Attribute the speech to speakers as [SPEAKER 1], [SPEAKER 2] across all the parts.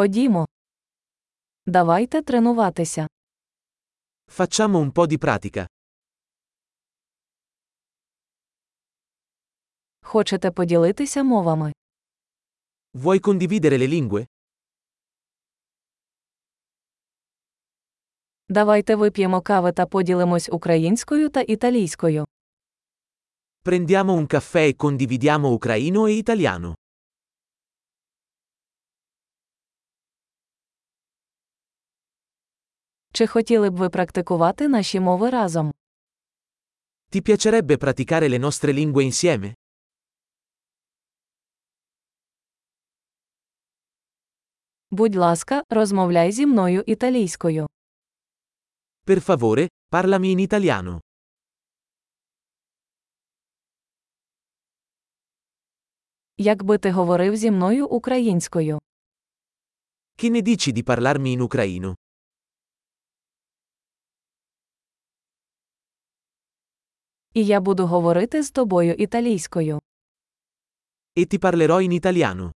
[SPEAKER 1] Ходімо. Давайте тренуватися.
[SPEAKER 2] Facciamo un po' di pratica.
[SPEAKER 1] Хочете поділитися мовами?
[SPEAKER 2] Vuoi condividere le lingue?
[SPEAKER 1] Давайте вип'ємо кави та поділимось українською та італійською.
[SPEAKER 2] Prendiamo un caffè e condividiamo ucraino e italiano.
[SPEAKER 1] Чи хотіли б ви практикувати наші мови разом?
[SPEAKER 2] Ti piacerebbe praticare le nostre lingue insieme?
[SPEAKER 1] Будь ласка, розмовляй зі мною італійською.
[SPEAKER 2] Per favore, parlami in italiano.
[SPEAKER 1] Якби ти говорив зі мною українською.
[SPEAKER 2] Che ne dici di parlarmi in ucraino?
[SPEAKER 1] І я буду говорити з тобою італійською.
[SPEAKER 2] E ti parlerò in italiano.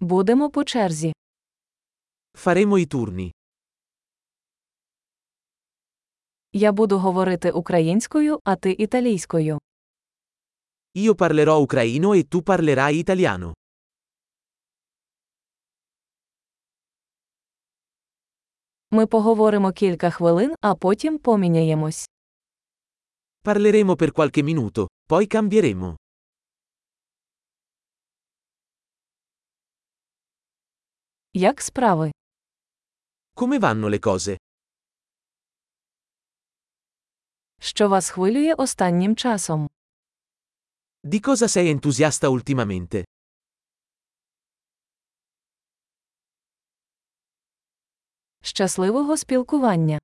[SPEAKER 1] Будемо по черзі.
[SPEAKER 2] Faremo i turni.
[SPEAKER 1] Я буду говорити українською, а ти італійською.
[SPEAKER 2] Io parlerò ucraino e tu parlerai italiano.
[SPEAKER 1] Ми поговоримо кілька хвилин, а потім поміняємось.
[SPEAKER 2] Parleremo per qualche minuto, poi cambieremo.
[SPEAKER 1] Як справи?
[SPEAKER 2] Come vanno le cose?
[SPEAKER 1] Що вас хвилює останнім часом?
[SPEAKER 2] Di cosa sei entusiasta ultimamente?
[SPEAKER 1] Щасливого спілкування!